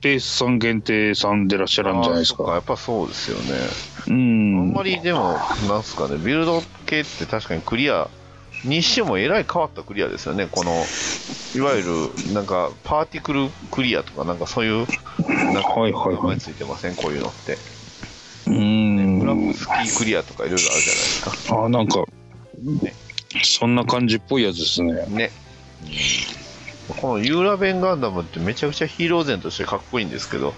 D: ベースさん限定さんでらっしゃるんじゃないです
C: あーそっ
D: か。
C: やっぱそうですよね。
D: う
C: あ
D: ん。
C: んまりでも、なんすかね、ビルド系って確かにクリア、にしてもえらい変わったクリアですよね、この、いわゆる、なんか、パーティクルクリアとか、なんかそういう、なんか、
D: はいはいはい
C: 名前ついてません、こういうのって。
D: うん。
C: ブラックスキークリアとかいろいろあるじゃないですか。
D: あなんか、そんな感じっぽいやつですね。
C: ね。このユーラベンガンダムってめちゃくちゃヒーロー勢としてかっこいいんですけど、よ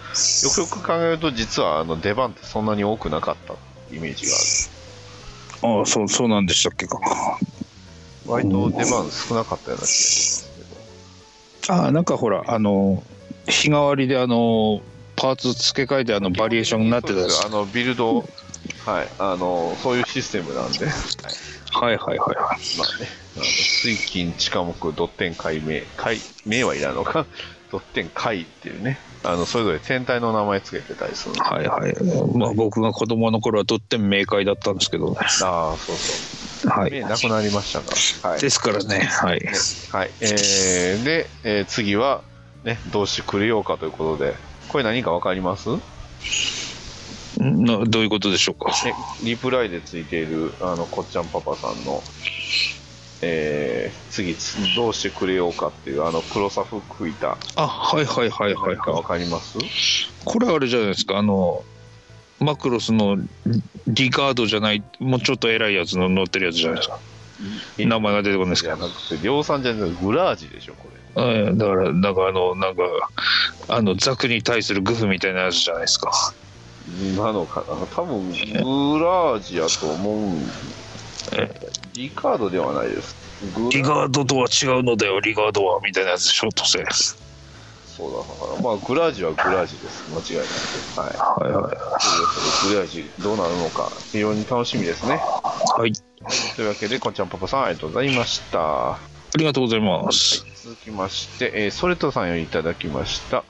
C: くよく考えると実はあの出番ってそんなに多くなかったイメージがある。
D: ああ、そう、そうなんでしたっけか。
C: 割と出番少なかったような気がしますけど。
D: ああ、なんかほら、あの、日替わりで、あの、パーツ付け替えて、あの、バリエーションになってた
C: そう
D: や
C: です
D: つ。
C: あのビルド、はい、あのそういうシステムなんで、はい、
D: は いはいはいはい。
C: まあね、あの水金地下木ドッテン解明解明はいらんのか ドッテン解っていうねあのそれぞれ天体の名前つけてたりするの
D: はいはい。まあ僕が子供の頃はとっても明快だったんですけどね。
C: ああそうそ
D: は
C: う明
D: い。
C: なくなりましたがはい、
D: ですからね。はい。
C: はいえー、で、えー次はねどうしてくれようかということでこれ何かわかります
D: んなどういうことでしょうか。
C: ね、リプライでついているあのこっちゃんパパさんの、えー次つどうしてくれようかっていうあの黒さ服吹いた
D: あ、はいはいはいはい
C: 何か
D: は
C: わ
D: い。
C: かります、
D: これあれじゃないですか。あの、マクロスのリカードじゃない、もうちょっと偉いやつの乗ってるやつじゃないですか。
C: い
D: 名前が出てこないです
C: じゃ
D: か。
C: なくて量産じゃなくてグラージでしょこれ
D: うんだから、なんかあの、なんか、あの、ザクに対するグフみたいなやつじゃないですか。
C: なのかな多分グラージやと思うんリカードではないですグ
D: リ
C: ラ
D: ガードとは違うのだよ、リガードは、みたいなやつでしょ、とせ。
C: そうだからまあグラージはグラージです間違いないは
D: は
C: い
D: いは
C: ということでグラージどうなるのか非常に楽しみですね
D: い。はい。
C: というわけでこっちゃんパパさんありがとうございました
D: ありがとうございます。
C: 続きまして、えーソレトさんよりいただきました、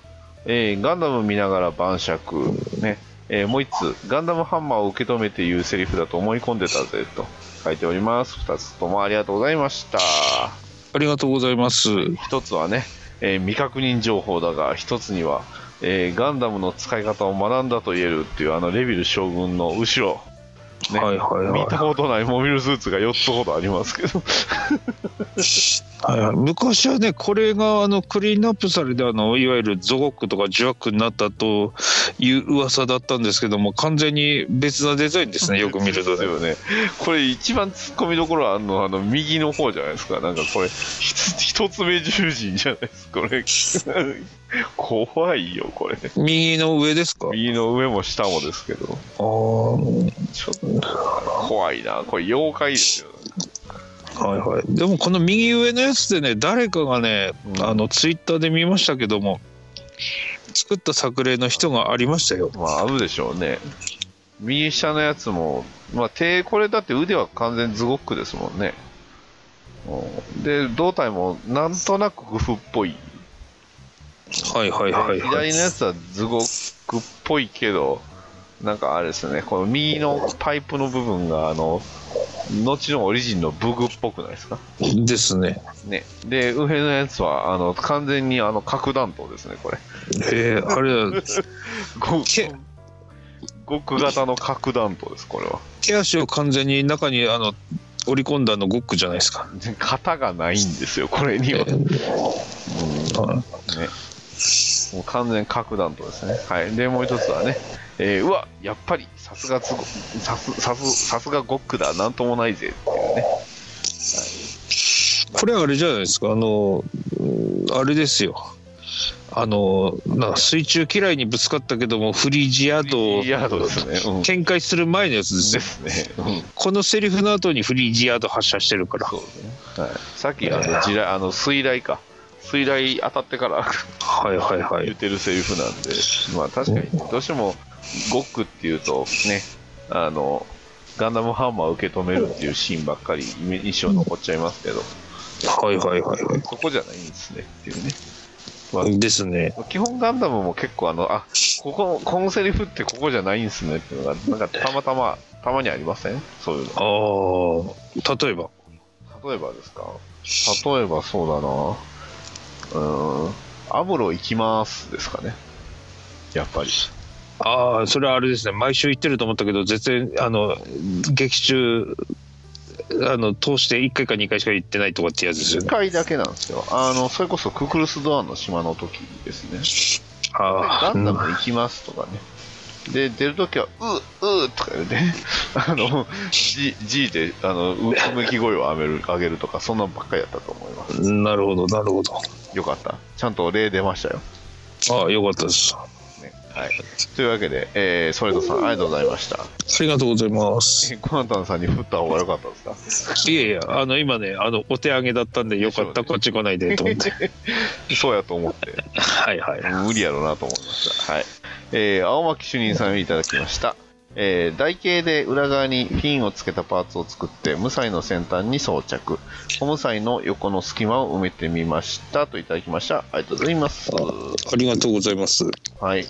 C: えーガンダム見ながら晩酌、ねえーもう一つガンダムハンマーを受け止めて言うセリフだと思い込んでたぜと書いております2つともありがとうございました
D: ありがとうございます。
C: 1つはね、えー未確認情報だが1つには、えーガンダムの使い方を学んだと言えるっていうあのレビル将軍の後ろね
D: はいはいはい
C: 見たことないモビルスーツが4つほどありますけど
D: はいはい昔はねこれがあのクリーンアップされてあのいわゆるゾゴックとかジュワックになったという噂だったんですけども完全に別なデザインですねよく見ると
C: です
D: ね。
C: よね。これ一番突っ込みどころはあんのあの右の方じゃないですか。なんかこれひつ一つ目十人じゃないですか。これ 怖いよこれ。
D: 右の上ですかあ
C: 右の上も下もですけど、
D: あー
C: ちょっと怖いな。これ妖怪ですよ。
D: はいはいでもこの右上のやつでね誰かがね
C: うん
D: あのツイッターで見ましたけども作った作例の人がありましたよ。
C: まあ合うでしょうね。右下のやつも、まあ手、これだって腕は完全にズゴックですもんね。うんで、胴体もなんとなくグフっぽい。
D: はいはいはいはい
C: 左のやつはズゴックっぽいけど、なんかあれですよね、この右のパイプの部分が、あの、後のオリジンのブグっぽくないですか
D: ですね。
C: ね。で、右辺のやつは、あの、完全にあの、核弾頭ですね、これ。
D: えー、あれだ
C: ご
D: け
C: 極型の核弾頭です、これは。
D: 手足を完全に中にあの織り込んだのゴックじゃないですか。
C: で型がないんですよ、これには。
D: えー
C: うん
D: あ
C: ね、もう完全核弾頭ですね。はい。で、もう一つはね、えーうわ、やっぱり、さすがつご、さす、さす、さすがゴックだ、なんともないぜ、っていうね。
D: これあれじゃないですかあのうんあれですよあのなんか水中嫌いにぶつかったけどもフリージアードを
C: いいヤードですね。うん。
D: 展開する前のやつです
C: で
D: よ
C: すね。うん。
D: このセリフの後にフリージアード発射してるから
C: そうですね。はい。さっき、あの、地雷、あの、水雷か。水雷当たってから、
D: はいはいは
C: 言っ
D: い
C: てるセリフなんで、まあ確かにどうしてもゴックっていうとね、あの、ガンダムハンマー受け止めるっていうシーンばっかりイメ印象残っちゃいますけど、
D: はいはいはいは
C: そこじゃないんですねっていうね。
D: いですね
C: 基本ガンダムも結構あの、あ、ここ、このセリフってここじゃないんですねっていうのが、なんかたまたま、たまにありませんそういうの。
D: ああ例えば
C: 例えばですか例えばそうだなうーん、アムロ行きますですかね。やっぱり。
D: ああそれはあれですね毎週言ってると思ったけど絶対あの劇中あの通して1回か2回しか言ってないとかってやつですよ
C: 1
D: ね
C: 回だけなんですよ。あの、それこそククルスドアンの島の時ですね。
D: あ
C: ガ
D: あ、う
C: ンダ
D: ん
C: ム行きますとかね。で、出るときは、う、うとか言うね、 あの、G, G で、あの、ううめき声を上げる上げるとか、そんなんばっかりやったと思います。
D: なるほどなるほど
C: よかった。ちゃんと例出ましたよ。
D: ああよかったです
C: ね、はい。というわけで、えー、ソレトさん、ありがとうございました。
D: ありがとうございます
C: え コナタンさんに振った方が良かったですか
D: いやいやあの今ねあのお手上げだったんでよかったこっち来ないでと 思って
C: そうやと思って。
D: はいはい
C: 無理やろうなと思いました。はい。えー、青巻主任さんよりいただきました。えー台形で裏側にフィンをつけたパーツを作って、無彩の先端に装着。お無彩の横の隙間を埋めてみました。といただきました。ありがとうございます。
D: ありがとうございます
C: はい。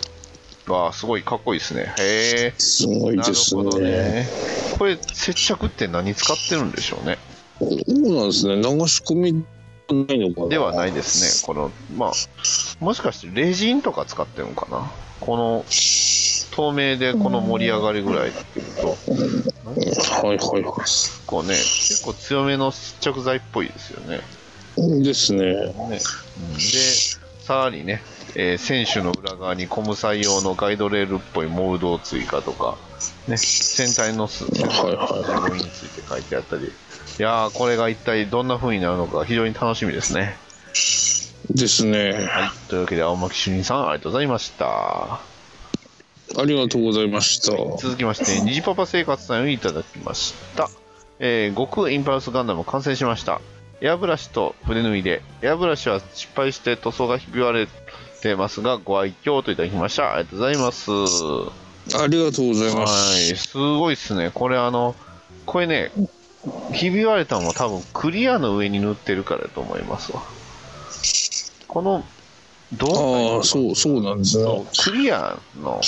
C: わあ、すごいかっこいいですね。へえ。
D: すごい
C: なる
D: です
C: ほ
D: ね
C: どね。これ、接着って何使ってるんでしょうね。
D: そうなんですね流し込みないのかな
C: ではないですね。この、まあ、もしかしてレジンとか使ってるのかなこの、透明でこの盛り上がりぐらいっていうと、
D: はいはいは
C: こうね、結構強めの接着剤っぽいですよね。
D: いですね
C: ねで、さらにね、えー選手の裏側にコムサイ用のガイドレールっぽいモールドを追加とか、ね、船体のす船体のロゴについて書いてあったり、いやー、これが一体どんな風になるのか非常に楽しみですね。
D: ですね
C: はい、というわけで青巻主任さんありがとうございました
D: ありがとうございました
C: 続きまして虹パパ生活さんよりいただきました、えー、悟空インパルスガンダム完成しましたエアブラシと筆縫いでエアブラシは失敗して塗装がひび割れてますがご愛嬌といただきましたありがとうございますは
D: ありがとうございます
C: いすごいですねこれあのこれねひび割れたのは多分クリアの上に塗ってるからだと思いますわこ
D: あ
C: のどう
D: あーそうそうなんですねは
C: そうクリアの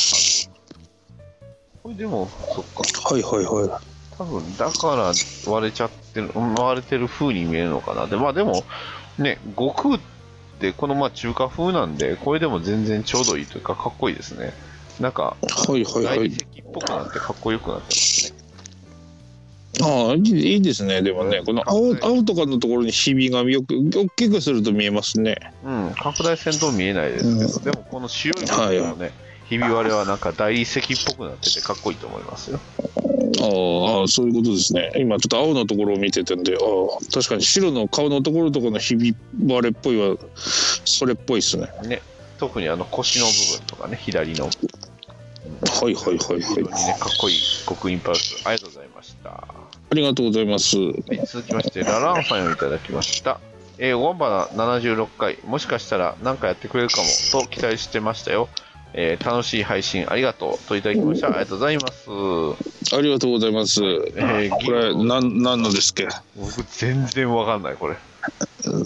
C: これでもそっか
D: いはいは
C: 多分だから割れちゃってるうん割れてる風に見えるのかなでまあでもね悟空ってこのまあ中華風なんでこれでも全然ちょうどいいというかかっこいいですねなんか
D: いはいはい
C: 大
D: は
C: 理
D: い
C: 石っぽくなってかっこよくなってますね
D: ああいいいいですねでもねこの青青とかのところにひびがよく大きくすると見えますね
C: うん拡大線と見えないですけど、でもこの白い部分のね、ひび割れはなんか大理石っぽくなっててかっこいいと思いますよ
D: ああああそういうことですね今ちょっと青のところを見てたんでああ確かに白の顔のところとかのひび割れっぽいはそれっぽいですね
C: ね特にあの腰の部分とかね左の
D: はいはいはい
C: 非常に
D: はい
C: ね、かっこいい極インパルス、ありがとうございました。は
D: ありがとうございます
C: い、続きまして、ラランさんよりいただきました。えー、ウォンバナ76回、もしかしたら何かやってくれるかも、と期待してましたよ。えー楽しい配信ありがとう、といただきました。ありがとうございます。
D: ありがとうございます、
C: えー
D: これなん何のですっけ
C: 僕、全然わかんない、これ。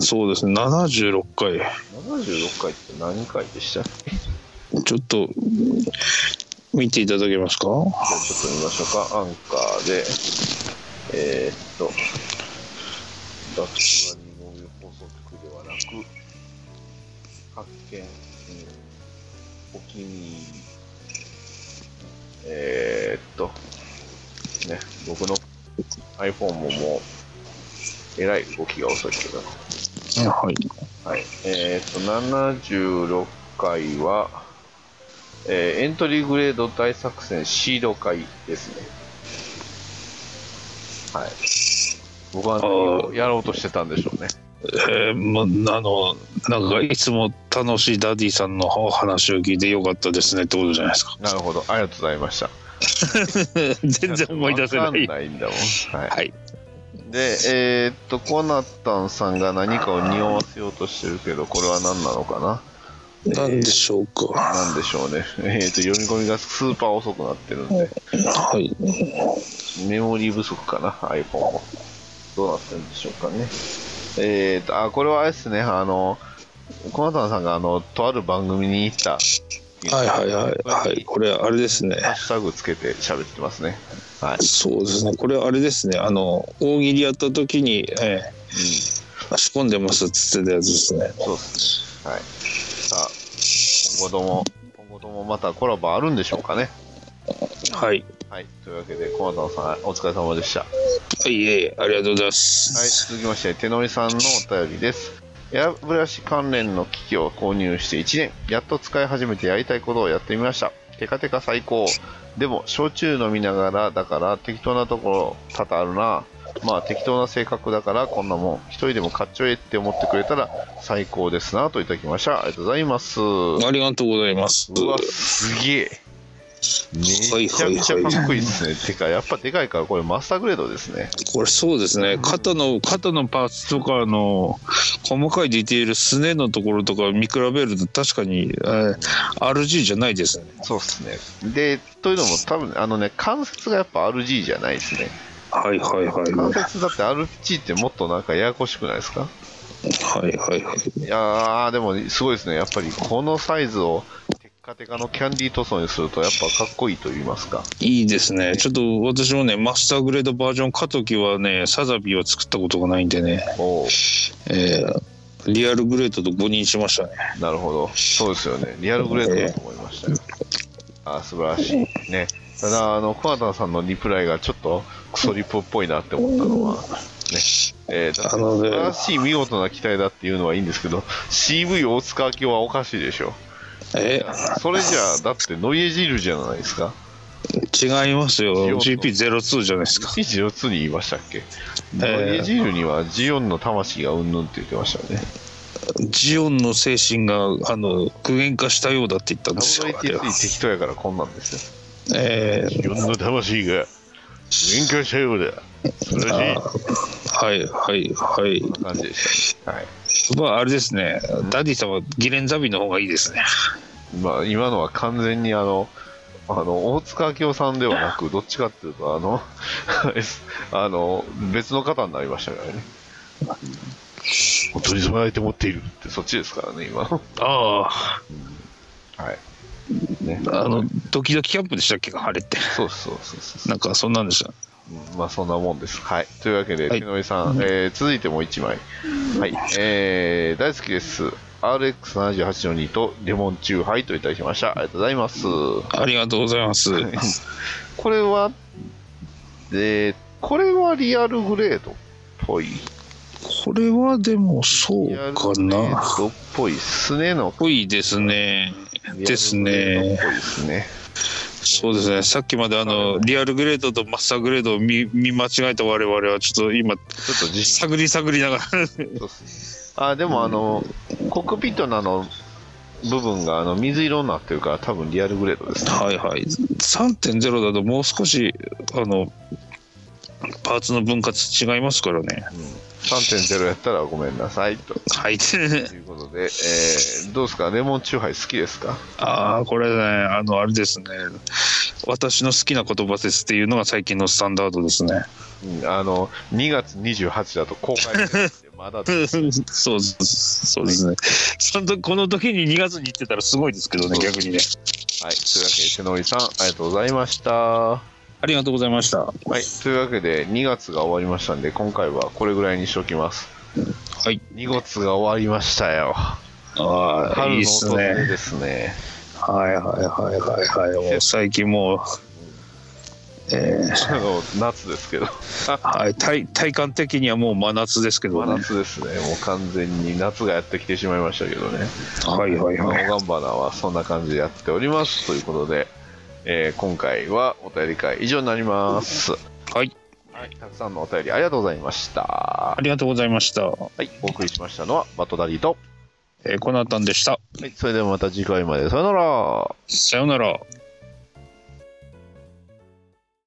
D: そうですね76回
C: 76回って何回でしたじゃ
D: ちょっと見ていただけますか
C: あちょっと見ましょうか。アンカーで、えーっと、ラクダに農業放送局ではなく、発見、うんお気に入り、えーっと、ね、僕の iPhone ももう、えらい動きが遅いけど、
D: はい
C: はい、えーっと、76回は、えーエントリーグレード大作戦シード会ですね。はい。僕は何をやろうとしてたんでしょうね。
D: えーまあのなんかいつも楽しいダディさんのお話を聞いてよかったですねってことじゃないですか
C: なるほど。ありがとうございました。
D: 全然思い出せな
C: わかん
D: い
C: ないんだもん。はい。
D: はい
C: で、えーっと、コナタンさんが何かを匂わせようとしてるけど、これは何なのかな
D: 何でしょうか
C: なんでしょうね。 えーっと、読み込みがスーパー遅くなってるんで、
D: はい
C: メモリー不足かな、iPhone も。どうなってるんでしょうかね。えーっと、あ、これはあれですね、あの、コナタンさんが、あの、とある番組に行った、
D: はいはいはいはいこれあれですね
C: ハッシュタグつけて喋ってますね。はい。
D: そうですねこれあれですねあの大喜利やった時に、えー仕込んでますっつってたやつですね
C: そうですね。はい。さあ、今後とも、今後ともまたコラボあるんでしょうかね。
D: はい
C: はい。というわけで、駒田さん、お疲れ様でした。はい。
D: はいええありがとうございます
C: 続きまして、手乗りさんのお便りです。エアブラシ関連の機器を購入して1年、やっと使い始めてやりたいことをやってみました。テカテカ最高。でも、焼酎飲みながらだから適当なところ多々あるな。まあ適当な性格だからこんなもん。一人でも買っちょえって思ってくれたら最高ですなといただきました。ありがとうございます。
D: ありがとうございます
C: うわ、すげえ。め
D: はい
C: ちゃ
D: はい
C: くちゃ
D: はい
C: かっこいいですね。てか、やっぱでかいから、これマスターグレードですね。
D: これそうですね肩の肩のパーツとかの細かいディテールすねのところとか見比べると確かに、えー RG じゃないですね
C: そうですね。で、というのも、多分あのね、関節がやっぱ RG じゃないですね。
D: はいはいはいは
C: 関
D: い
C: 節だって RG ってもっとなんかややこしくないですか
D: はいはいはい
C: いやー、でもすごいですね。やっぱりこのサイズをテッカテカのキャンディー塗装にすると、やっぱかっこいいと言いますか。
D: いいですねちょっと私もねマスターグレードバージョン買う時はねサザビーは作ったことがないんでね、
C: おー
D: えーリアルグレードと誤認しましたね
C: なるほど。そうですよね。リアルグレードだと思いましたよ。あー素晴らしい。ね。ただ、あの、コナタンさんのリプライがちょっとクソリップっぽいなって思ったのは、ね。えー、だって
D: あのね
C: 素晴らしい見事な機体だっていうのはいいんですけど、CV 大塚明夫はおかしいでしょ。
D: え
C: それじゃあ、だってノイエジールじゃないですか。
D: 違いますよ
C: 違うの
D: GP02 じゃないですか
C: 102に言いましたっけ、
D: えー
C: ノイエジールにはジオンの魂がうんぬんって言ってましたよね。
D: ジオンの精神があの具現化したようだって言ったんですよあれは
C: WATC 適当やからこんなんですよ。
D: えー
C: 自分の魂が勉強したようだ。素晴らしい。
D: はいはいはい。
C: 感じでした、ね。はい。
D: まああれですね、ダディさんはギレンザビの方がいいですね。
C: まあ、今のは完全にあの、あの、大塚明夫さんではなく、どっちかっていうと、あの、S- あの、別の方になりましたからね。本当に備えて持っているって、そっちですからね、今。は
D: ああ、
C: い。ね。
D: あの、ドキドキキャンプでしたっけか、あれって。
C: そうそうそうそう
D: なんかそんなんでした。
C: うんまあそんなもんです。はい。というわけで、
D: はい
C: 手延さん、えー続いてもう1枚。はい。えー大好きです。RX78 の2とレモンチューハイといただきました。ありがとうございます。
D: ありがとうございます。
C: これは、えーこれはリアルグレードっぽい。
D: これはでもそう
C: リアル
D: か
C: グレ
D: な。
C: ードっぽい。すねの
D: ぽいですね。です
C: リアルグレ
D: ね。
C: ードっぽいですね。
D: そうですね。さっきまであの、リアルグレードとマスターグレードを見見間違えた我々は、ちょっと今、
C: ちょっと自信
D: 探り探りながら。
C: そうっすあでもあの、コックピットのあの部分があの水色になってるから多分リアルグレードですね。
D: はいはい3.0だともう少しあのパーツの分割違いますからね
C: 3.0やったらごめんなさいと。
D: はい
C: ということで、えーどうですかレモンチューハイ好きですか
D: ああこれねあのあれですね私の好きな言葉ですっていうのが最近のスタンダードですね
C: うんあの、2月28だと公開 日ですよまだです
D: そうですそうですねその時この時に2月に行ってたらすごいですけどね
C: そう
D: 逆にね
C: はい。というわけで、手のりさん、ありがとうございました。は。
D: ありがとうございましたはい
C: というわけで、2月が終わりましたんで、今回はこれぐらいにしておきます。
D: い
C: 2月が終わりましたよ。
D: ああい
C: 春
D: い
C: の
D: です
C: 訪れ
D: ね
C: ですね。
D: はいはいはいはいはいもう最近もうえー
C: あの夏ですけど
D: はい、体体感的にはもう真夏ですけど
C: 真
D: ね。
C: 夏ですねもう完全に夏がやってきてしまいましたけどね
D: はいはい
C: まあ
D: はい。
C: オガンバナはそんな感じでやっておりますということで、えー今回はお便り会以上になります
D: はい、
C: はい、たくさんのお便りありがとうございました。
D: ありがとうございました。
C: はい、お送りしましたのはバットダディと。
D: えー、コナタンでした。
C: はい、それではまた次回まで。さよなら。
D: さようなら。